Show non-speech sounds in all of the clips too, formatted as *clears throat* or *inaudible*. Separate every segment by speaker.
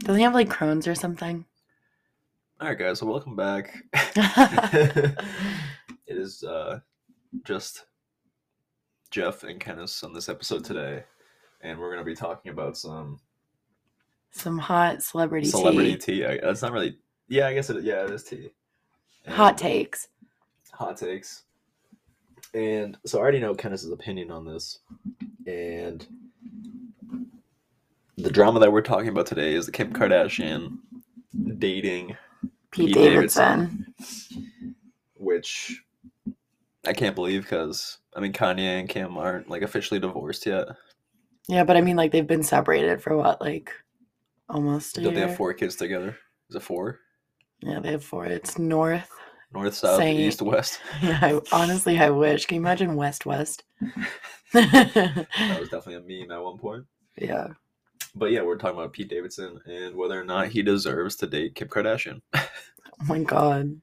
Speaker 1: Doesn't he have like Crohn's or something? *laughs*
Speaker 2: All right, guys. So welcome back. *laughs* it is uh, just Jeff and Kenneth on this episode today, and we're going to be talking about some
Speaker 1: Some hot celebrity,
Speaker 2: celebrity
Speaker 1: tea.
Speaker 2: tea. I, it's not really. Yeah, I guess it. Yeah, it is tea. And
Speaker 1: Hot takes.
Speaker 2: Hot takes. And so I already know Kenneth's opinion on this, and the drama that we're talking about today is the Kim Kardashian dating
Speaker 1: Pete,
Speaker 2: Pete
Speaker 1: Davidson.
Speaker 2: which I can't believe because I mean Kanye and Kim aren't like officially divorced yet.
Speaker 1: Yeah, but I mean, like, they've been separated for what, like almost a
Speaker 2: Don't they have
Speaker 1: year?
Speaker 2: four kids together? Is it four?
Speaker 1: Yeah, they have four. It's North. *laughs*
Speaker 2: North, south,
Speaker 1: Same.
Speaker 2: east,
Speaker 1: *laughs*
Speaker 2: west.
Speaker 1: Yeah, I, honestly, I wish. Can you imagine West West? *laughs* yeah. oh
Speaker 2: That was definitely a meme at one point. But yeah, we're talking about Pete Davidson and whether or not he deserves to date Kim Kardashian.
Speaker 1: Oh my God.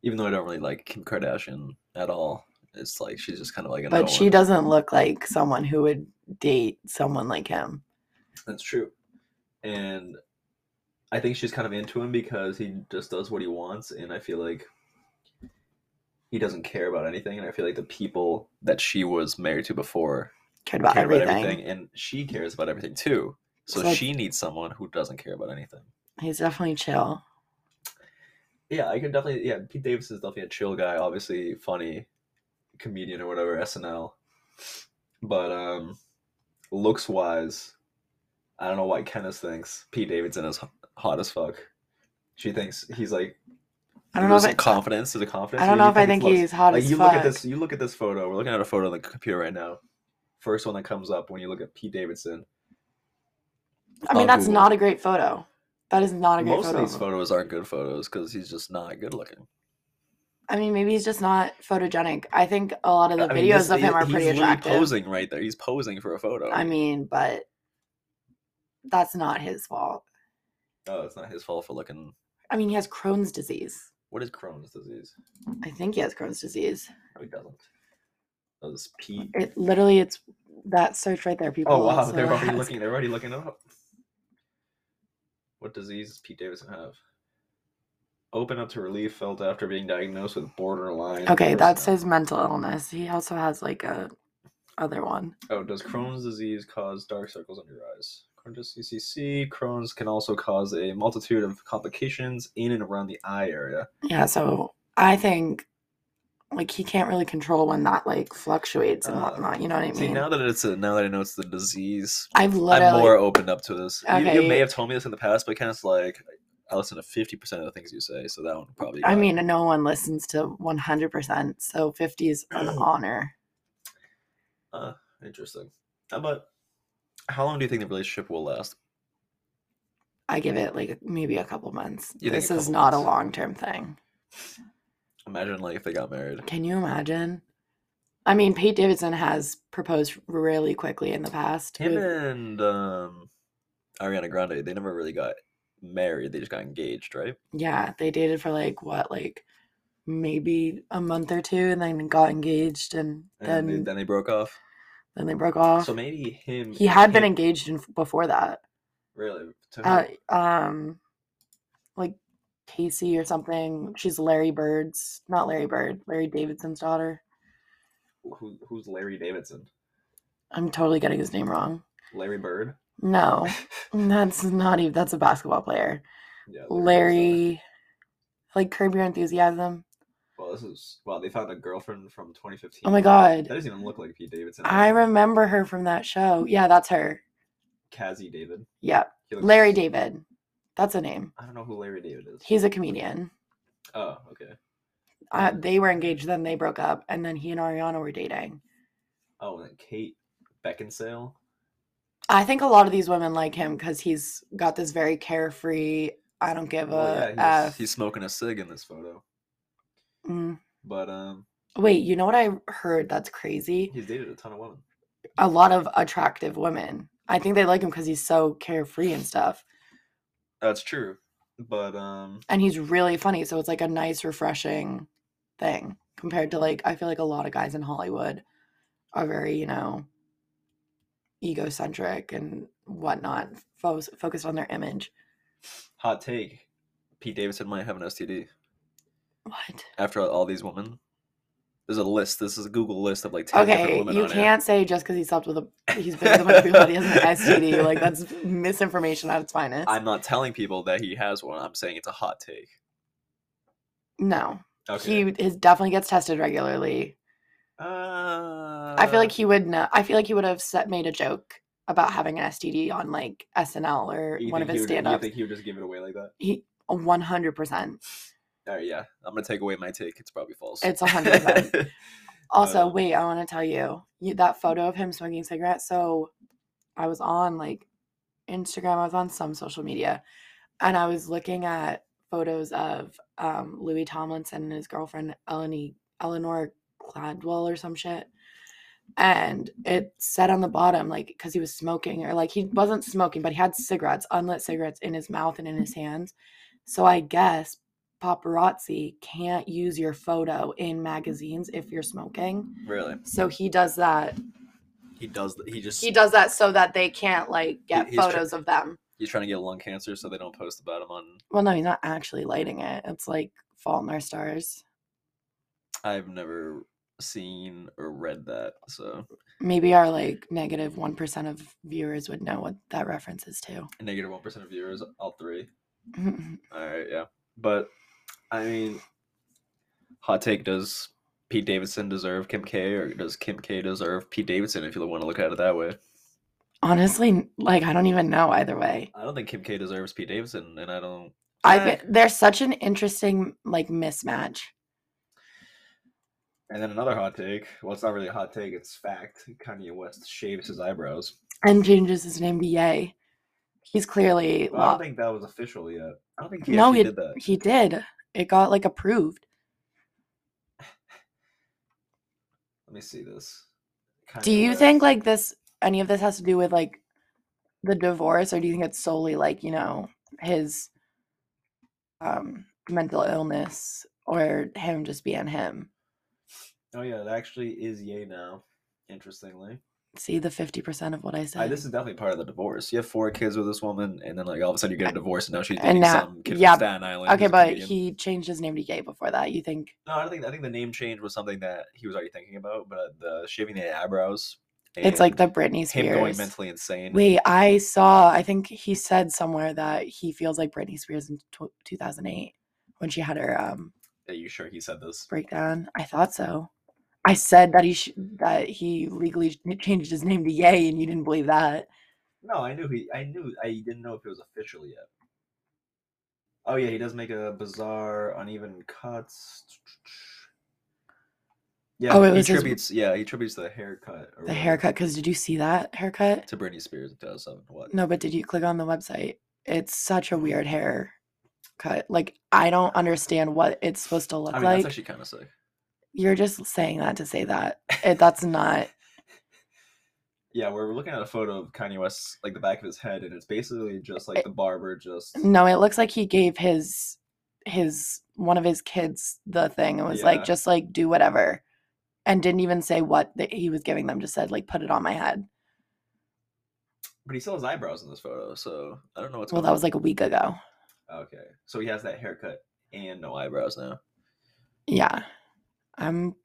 Speaker 2: Even though I don't really like Kim Kardashian at all, it's like she's just kind of like another
Speaker 1: But she
Speaker 2: one.
Speaker 1: doesn't look like someone who would date someone like him.
Speaker 2: That's true. And I think she's kind of into him because he just does what he wants, and I feel like he doesn't care about anything. And I feel like the people that she was married to before
Speaker 1: Cared about,
Speaker 2: care
Speaker 1: everything.
Speaker 2: about everything, and she cares about everything too. So
Speaker 1: So-
Speaker 2: she needs someone who doesn't care about anything.
Speaker 1: He's definitely chill.
Speaker 2: Yeah, I can definitely. Yeah, Pete Davidson's definitely a chill guy. Obviously, funny comedian or whatever SNL. But um, looks wise, I don't know why Kenneth thinks Pete Davidson is h- hot as fuck. She thinks he's like.
Speaker 1: I don't know
Speaker 2: there's
Speaker 1: if
Speaker 2: some
Speaker 1: it's-
Speaker 2: confidence is a confidence.
Speaker 1: I don't
Speaker 2: You
Speaker 1: know if I think
Speaker 2: looks-
Speaker 1: he's hot
Speaker 2: like
Speaker 1: as
Speaker 2: you
Speaker 1: fuck.
Speaker 2: look at this. You look at this photo. We're looking at a photo on the computer right now. First one that comes up when you look at Pete Davidson.
Speaker 1: I mean,
Speaker 2: on
Speaker 1: that's
Speaker 2: Google.
Speaker 1: not a great photo. That is not a great
Speaker 2: Most
Speaker 1: photo.
Speaker 2: of these
Speaker 1: him.
Speaker 2: photos aren't good photos because he's just not good looking.
Speaker 1: I mean, maybe he's just not photogenic. I think a lot of the
Speaker 2: I
Speaker 1: videos
Speaker 2: mean, this-
Speaker 1: of him are
Speaker 2: he's
Speaker 1: pretty
Speaker 2: literally
Speaker 1: attractive.
Speaker 2: Posing right there, he's posing for a photo.
Speaker 1: I mean, but that's not his fault.
Speaker 2: oh, it's not his fault for looking.
Speaker 1: I mean, he has Crohn's disease.
Speaker 2: What is Crohn's disease?
Speaker 1: I think he has Crohn's disease.
Speaker 2: No, he doesn't. Oh, this Pete.
Speaker 1: It literally, it's that search right there. People.
Speaker 2: Oh wow,
Speaker 1: also
Speaker 2: they're already
Speaker 1: ask-
Speaker 2: looking. They're already looking it up. What disease does Pete Davidson have? Open up to relief felt after being diagnosed with borderline.
Speaker 1: Okay, that's
Speaker 2: personality-
Speaker 1: his mental illness. He also has like a other one.
Speaker 2: Oh, does Crohn's disease cause dark circles under your eyes? According to CCC, Crohn's can also cause a multitude of complications in and around the eye area.
Speaker 1: Yeah, so I think like he can't really control when that like fluctuates and
Speaker 2: Uh,
Speaker 1: whatnot. You know what I mean?
Speaker 2: See, now that it's a, now that I know it's the disease,
Speaker 1: I've literally.
Speaker 2: I'm more opened up to this. You- You,
Speaker 1: Okay.
Speaker 2: may have told me this in the past, but kind of like I listen to fifty percent of the things you say, so that one probably.
Speaker 1: I
Speaker 2: got-
Speaker 1: mean, no one listens to 100%, so 50 is
Speaker 2: *clears throat*
Speaker 1: an honor.
Speaker 2: interesting. How about how long do you think the relationship will last?
Speaker 1: I give it like maybe a couple months.
Speaker 2: You think a
Speaker 1: this is
Speaker 2: couple
Speaker 1: not a
Speaker 2: months?
Speaker 1: long term thing.
Speaker 2: Imagine like if they got married.
Speaker 1: Can you imagine? I mean, Pete Davidson has proposed really quickly in the past.
Speaker 2: Him
Speaker 1: with-
Speaker 2: and um, Ariana Grande, they never really got married. They just got engaged, right?
Speaker 1: yeah, they dated for like what, like maybe a month or two, and then got engaged, and,
Speaker 2: And
Speaker 1: then
Speaker 2: they, then they broke off.
Speaker 1: then they broke off.
Speaker 2: So maybe him.
Speaker 1: he had been
Speaker 2: him-
Speaker 1: engaged in, before that.
Speaker 2: really to
Speaker 1: Uh,
Speaker 2: her.
Speaker 1: um, like Casey or something. She's Larry Bird's, not Larry Bird, Larry Davidson's daughter.
Speaker 2: Who, who's Larry Davidson?
Speaker 1: I'm totally getting his name wrong.
Speaker 2: Larry Bird.
Speaker 1: No, that's not even. That's a basketball player,
Speaker 2: Yeah, Bird's daughter.
Speaker 1: Larry. Like curb your enthusiasm.
Speaker 2: Well, this is wow. They found a girlfriend from 2015.
Speaker 1: Oh my god,
Speaker 2: That doesn't even look like Pete Davidson.
Speaker 1: I remember her from that show. Yeah, that's her.
Speaker 2: Kazi David.
Speaker 1: Yep,
Speaker 2: He looks-
Speaker 1: Larry David. That's a name.
Speaker 2: I don't know who Larry David is.
Speaker 1: He's a comedian.
Speaker 2: oh, okay.
Speaker 1: Uh, they were engaged, then they broke up, and then he and Ariana were dating.
Speaker 2: Oh, and then Kate Beckinsale.
Speaker 1: I think a lot of these women like him because he's got this very carefree. I don't give
Speaker 2: Well,
Speaker 1: a
Speaker 2: Oh, yeah, he's,
Speaker 1: uh, F.
Speaker 2: he's smoking a cig in this photo.
Speaker 1: Mm.
Speaker 2: But um,
Speaker 1: Wait, you know what I heard? That's crazy.
Speaker 2: he's dated a ton of women.
Speaker 1: a lot of attractive women. I think they like him because he's so carefree and stuff.
Speaker 2: That's true. But um,
Speaker 1: And he's really funny. So it's like a nice, refreshing thing compared to like, I feel like a lot of guys in Hollywood are very, you know, egocentric and whatnot, fo- focused on their image.
Speaker 2: Hot take: Pete Davidson might have an STD
Speaker 1: What?
Speaker 2: after all these women. There's a list. This is a Google list of like ten different
Speaker 1: Okay,
Speaker 2: women.
Speaker 1: you
Speaker 2: on it.
Speaker 1: can't say just because he slept with a he's been with a bunch of people that he has
Speaker 2: *laughs*
Speaker 1: an STD. Like that's misinformation at its finest.
Speaker 2: I'm not telling people that he has one. I'm saying it's a hot take.
Speaker 1: no,
Speaker 2: Okay.
Speaker 1: he his definitely gets tested regularly.
Speaker 2: uh,
Speaker 1: I feel like he would know. I feel like he would have set, made a joke about having an STD on like SNL or
Speaker 2: you
Speaker 1: one of
Speaker 2: think he
Speaker 1: his
Speaker 2: would-
Speaker 1: stand-ups.
Speaker 2: You think he would just give it away like that?
Speaker 1: he 100%.
Speaker 2: All right, yeah. I'm gonna take away my take. It's probably false.
Speaker 1: It's 100%. Also,
Speaker 2: Uh,
Speaker 1: wait, I want to tell you, you that photo of him smoking cigarettes. So I was on like Instagram, I was on some social media, and I was looking at photos of um, Louis Tomlinson and his girlfriend Eleni, Eleanor Gladwell or some shit. And it said on the bottom, like, because he was smoking, or like he wasn't smoking, but he had cigarettes, unlit cigarettes in his mouth and in his hands. So I guess paparazzi can't use your photo in magazines if you're smoking.
Speaker 2: *laughs* really,
Speaker 1: So he does that.
Speaker 2: he does. He just
Speaker 1: He does that so that they can't like get
Speaker 2: he's tr-
Speaker 1: photos of them.
Speaker 2: he's trying to get lung cancer, so they don't post about him on.
Speaker 1: Well, no, he's not actually lighting it. It's like Fault in Our Stars.
Speaker 2: I've never seen or read that, so
Speaker 1: Maybe our like negative one percent of viewers would know what that reference is to. *laughs*
Speaker 2: negative one percent of viewers, all three. All right, yeah, but I mean, hot take: Does Pete Davidson deserve Kim K, or does Kim K deserve Pete Davidson? If you want to look at it that way,
Speaker 1: Honestly, like I don't even know either way.
Speaker 2: I don't think Kim K deserves Pete Davidson, and I don't.
Speaker 1: I
Speaker 2: Eh.
Speaker 1: think there's such an interesting like mismatch.
Speaker 2: And then another hot take. Well, it's not really a hot take; it's fact. Kanye West shaves his eyebrows.
Speaker 1: And changes his name to Yay. He's clearly
Speaker 2: Well, I
Speaker 1: lo-
Speaker 2: don't think that was official yet. I don't think he
Speaker 1: No,
Speaker 2: actually
Speaker 1: it-
Speaker 2: did that.
Speaker 1: He did. It got like approved.
Speaker 2: Let me see this.
Speaker 1: Do
Speaker 2: Kanye
Speaker 1: you think
Speaker 2: West.
Speaker 1: like this any of this has to do with like the divorce or do you think it's solely like, you know, his um mental illness or him just being him?
Speaker 2: Oh yeah, it actually is Ye now. Interestingly,
Speaker 1: See the 50% of what I said.
Speaker 2: I, this is definitely part of the divorce. You have four kids with this woman, and then like all of a sudden you get a divorce, and now she's
Speaker 1: and
Speaker 2: dating
Speaker 1: now-
Speaker 2: some kid
Speaker 1: yeah,
Speaker 2: from Staten Island.
Speaker 1: okay,
Speaker 2: who's a
Speaker 1: but
Speaker 2: comedian.
Speaker 1: he changed his name to Gay before that. You think
Speaker 2: no, I don't think I think the name change was something that he was already thinking about, but the shaving the eyebrows.
Speaker 1: it's like
Speaker 2: and
Speaker 1: the Britney
Speaker 2: him going
Speaker 1: Spears.
Speaker 2: mentally insane.
Speaker 1: Wait, I saw, I think he said somewhere that he feels like Britney Spears in tw 2008 when she had her um
Speaker 2: Are you sure he said this?
Speaker 1: breakdown. I thought so. I said that he sh- that he legally sh- changed his name to Yay, and you didn't believe that.
Speaker 2: No, I knew he. I knew. I didn't know if it was official yet. Oh yeah, he does make a bizarre, uneven cuts. Yeah,
Speaker 1: Oh, it
Speaker 2: he
Speaker 1: was his-
Speaker 2: tributes. Yeah, he tributes the haircut. or
Speaker 1: The
Speaker 2: whatever
Speaker 1: haircut, because did you see that haircut?
Speaker 2: to Britney Spears in 2007. What?
Speaker 1: No, but did you click on the website? It's such a weird hair cut. Like I don't understand what it's supposed to look
Speaker 2: I mean,
Speaker 1: like.
Speaker 2: that's actually kind of sick.
Speaker 1: You're just saying that to say that. It, that's not.
Speaker 2: Yeah, we're looking at a photo of Kanye West, like the back of his head, and it's basically just like
Speaker 1: It-
Speaker 2: the barber just.
Speaker 1: No, it looks like he gave his his one of his kids the thing and was
Speaker 2: Yeah.
Speaker 1: like, just like do whatever, and didn't even say what that he was giving them. Just said like, put it on my head.
Speaker 2: But he still has eyebrows in this photo, so I don't know what's
Speaker 1: Well,
Speaker 2: going
Speaker 1: that was like a week ago.
Speaker 2: on. Okay, so he has that haircut and no eyebrows now. Do
Speaker 1: Yeah. I'm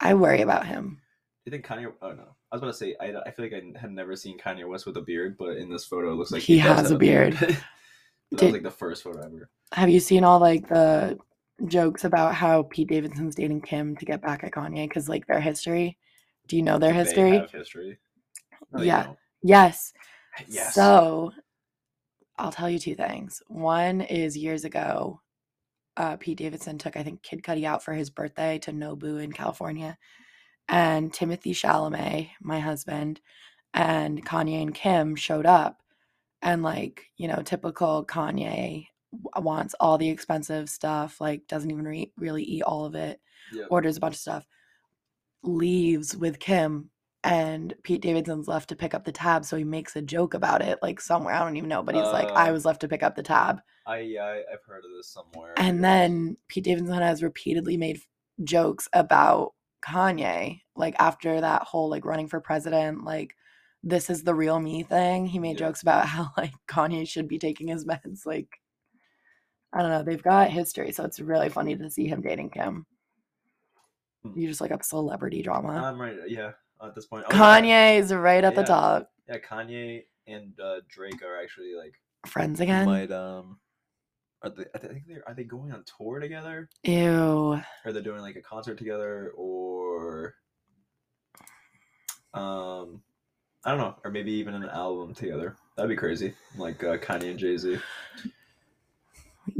Speaker 1: I worry about him.
Speaker 2: you think Kanye? Oh no, I was about to say I, I feel like I had never seen Kanye West with a beard, but in this photo, it looks like
Speaker 1: He
Speaker 2: does
Speaker 1: has
Speaker 2: have
Speaker 1: a beard.
Speaker 2: But *laughs* that was
Speaker 1: Did-
Speaker 2: like the first photo ever.
Speaker 1: Have you seen all like the jokes about how Pete Davidson's dating Kim to get back at Kanye cuz like their history? Do you know their
Speaker 2: They
Speaker 1: history?
Speaker 2: have history. No, they
Speaker 1: Yeah.
Speaker 2: don't.
Speaker 1: Yes.
Speaker 2: Yes.
Speaker 1: So I'll tell you two things. One is years ago uh, Pete Davidson took, I think, Kid Cudi out for his birthday to Nobu in California. And Timothy Chalamet, my husband, and Kanye and Kim showed up. And, like, you know, typical Kanye w- wants all the expensive stuff, like, doesn't even re- really eat all of it,
Speaker 2: Yeah.
Speaker 1: orders a bunch of stuff, leaves with Kim. And Pete Davidson's left to pick up the tab. So he makes a joke about it, like, somewhere. I don't even know, but he's like, I
Speaker 2: Uh,
Speaker 1: was left to pick up the tab.
Speaker 2: I, I I've heard of this somewhere.
Speaker 1: And then Pete Davidson has repeatedly made f- jokes about Kanye, like after that whole like running for president, like this is the real me thing. He made
Speaker 2: Yeah.
Speaker 1: jokes about *laughs* how like Kanye should be taking his meds. Like, I don't know. They've got history, so it's really funny to see him dating Kim.
Speaker 2: Hmm.
Speaker 1: You just like up celebrity drama.
Speaker 2: I'm right. Yeah, at this point. Oh, yeah.
Speaker 1: uh, Kanye is right at the
Speaker 2: Yeah.
Speaker 1: top.
Speaker 2: Yeah, Kanye and uh, Drake are actually like
Speaker 1: Friends again.
Speaker 2: might um. Are they? I think they're. Are they going on tour together?
Speaker 1: Ew.
Speaker 2: Are they doing like a concert together, or um, I don't know, or maybe even an album together? That'd be crazy. Like uh, Kanye and Jay Z.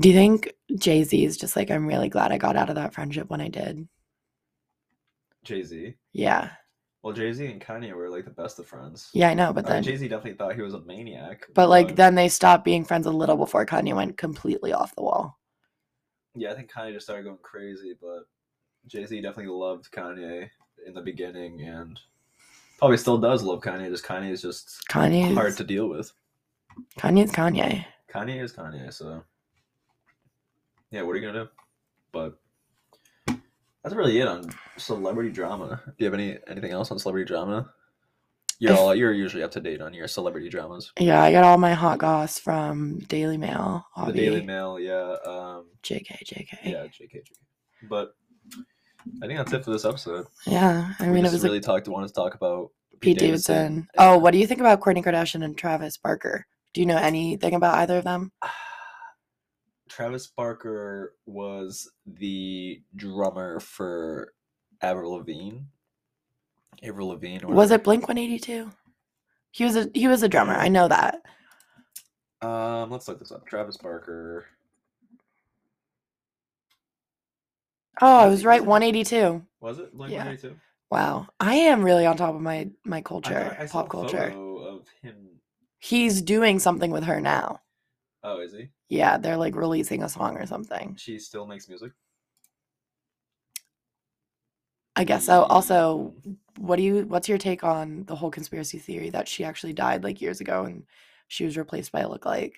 Speaker 1: Do you think Jay Z is just like I'm really glad I got out of that friendship when I did?
Speaker 2: Jay Z.
Speaker 1: Yeah.
Speaker 2: Well, Jay Z and Kanye were like the best of friends.
Speaker 1: Yeah, I know, but then
Speaker 2: Jay Z definitely thought he was a maniac.
Speaker 1: but like then they stopped being friends a little before Kanye went completely off the wall.
Speaker 2: yeah, I think Kanye just started going crazy, but Jay Z definitely loved Kanye in the beginning and probably still does love Kanye. Just Kanye is just
Speaker 1: Kanye's
Speaker 2: hard to deal with.
Speaker 1: Kanye's Kanye.
Speaker 2: Kanye is Kanye, so yeah, what are you gonna do? But that's really it on celebrity drama. Do you have any anything else on celebrity drama? You're
Speaker 1: If-
Speaker 2: all you're usually up to date on your celebrity dramas.
Speaker 1: Yeah, I got all my hot goss from Daily Mail.
Speaker 2: The
Speaker 1: Hobby,
Speaker 2: Daily Mail, yeah, um,
Speaker 1: JK, JK.
Speaker 2: yeah, JK, JK. But I think that's it for this episode.
Speaker 1: Yeah, I
Speaker 2: we
Speaker 1: mean, it
Speaker 2: just
Speaker 1: was
Speaker 2: really talked wanted to talk about
Speaker 1: like Pete Davidson. Oh, what do you think about Kourtney Kardashian and Travis Barker? Do you know anything about either of them?
Speaker 2: Travis Barker was the drummer for Avril Lavigne. Avril Lavigne or
Speaker 1: Was
Speaker 2: whatever.
Speaker 1: it Blink One Eighty Two? He was a he was a drummer. I know that.
Speaker 2: Um, let's look this up. Travis Barker.
Speaker 1: Oh, I
Speaker 2: I
Speaker 1: was
Speaker 2: think
Speaker 1: right.
Speaker 2: so.
Speaker 1: One eighty two.
Speaker 2: Was it Blink
Speaker 1: Yeah.
Speaker 2: 182?
Speaker 1: Wow, I am really on top of my my
Speaker 2: I
Speaker 1: culture,
Speaker 2: thought- I saw
Speaker 1: pop
Speaker 2: a photo
Speaker 1: culture.
Speaker 2: of him.
Speaker 1: He's doing something with her now.
Speaker 2: Oh, is he?
Speaker 1: Yeah, they're like releasing a song or something.
Speaker 2: She still makes music.
Speaker 1: I guess so. Also,
Speaker 2: Mm.
Speaker 1: what do you what's your take on the whole conspiracy theory that she actually died like years ago and she was replaced by a lookalike?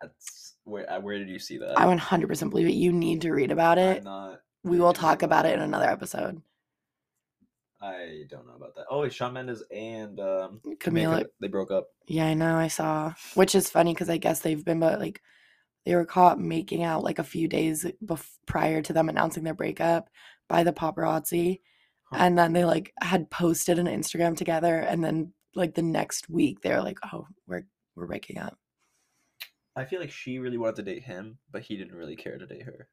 Speaker 2: that's where. uh, Where did you see that?
Speaker 1: I 100% believe it. You need to read about
Speaker 2: I'm
Speaker 1: it.
Speaker 2: not.
Speaker 1: We will
Speaker 2: reading
Speaker 1: talk
Speaker 2: about
Speaker 1: about it
Speaker 2: it.
Speaker 1: in another episode.
Speaker 2: I don't know about that. Oh, wait, Shawn Mendes and um,
Speaker 1: Camila,
Speaker 2: They broke up.
Speaker 1: yeah, I know, I saw. Which is funny because I guess they've been, but like, they were caught making out like a few days bef- prior to them announcing their breakup by the paparazzi.
Speaker 2: Huh.
Speaker 1: And then they like had posted an Instagram together. And then like the next week, they were like, oh, we're, we're breaking up.
Speaker 2: I feel like she really wanted to date him, but he didn't really care to date her.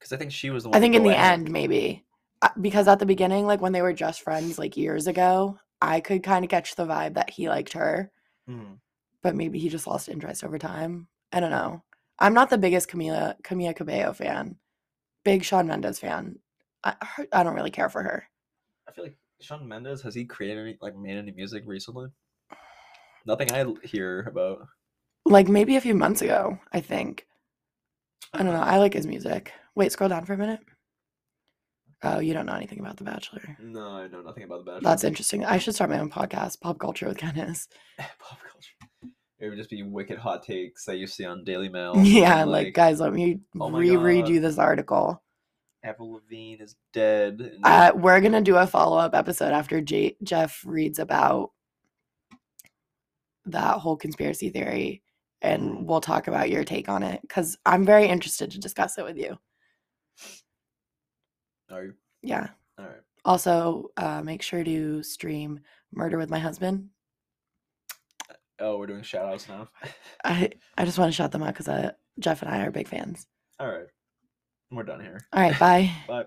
Speaker 2: Because I think she was Oh, the one.
Speaker 1: I think in the
Speaker 2: proactive-
Speaker 1: end, maybe. Uh, Because at the beginning, like when they were just friends, like years ago, I could kind of catch the vibe that he liked her,
Speaker 2: Mhm.
Speaker 1: but maybe he just lost interest over time. I don't know. I'm not the biggest Camila Camila Cabello fan, big Sean Mendes fan. I, her, I don't really care for her.
Speaker 2: I feel like Shawn Mendes has he created any like made any music recently? Nothing I l- hear about.
Speaker 1: Like maybe a few months ago, I think. I don't know. I like his music. Wait, scroll down for a minute. Oh, you don't know anything about The Bachelor.
Speaker 2: No, I know nothing about the Bachelor.
Speaker 1: That's interesting. I should start my own podcast, Pop Culture with Kenneth.
Speaker 2: *laughs* Pop culture. It would just be wicked hot takes that you see on Daily Mail.
Speaker 1: *laughs* Yeah,
Speaker 2: and,
Speaker 1: like, guys, let me
Speaker 2: "Oh my
Speaker 1: reread
Speaker 2: God."
Speaker 1: you this article.
Speaker 2: Avril Lavigne is dead. and
Speaker 1: Uh, we're gonna do a follow up episode after J- Jeff reads about that whole conspiracy theory,
Speaker 2: Mm.
Speaker 1: and we'll talk about your take on it because I'm very interested to discuss it with you.
Speaker 2: Are you?
Speaker 1: Yeah.
Speaker 2: All right.
Speaker 1: Also, uh, make sure to stream Murder with My Husband.
Speaker 2: Oh, we're doing shout outs now. *laughs*
Speaker 1: I I just want to shout them out because uh, Jeff and I are big fans.
Speaker 2: All right. We're done here.
Speaker 1: All right, bye.
Speaker 2: Bye.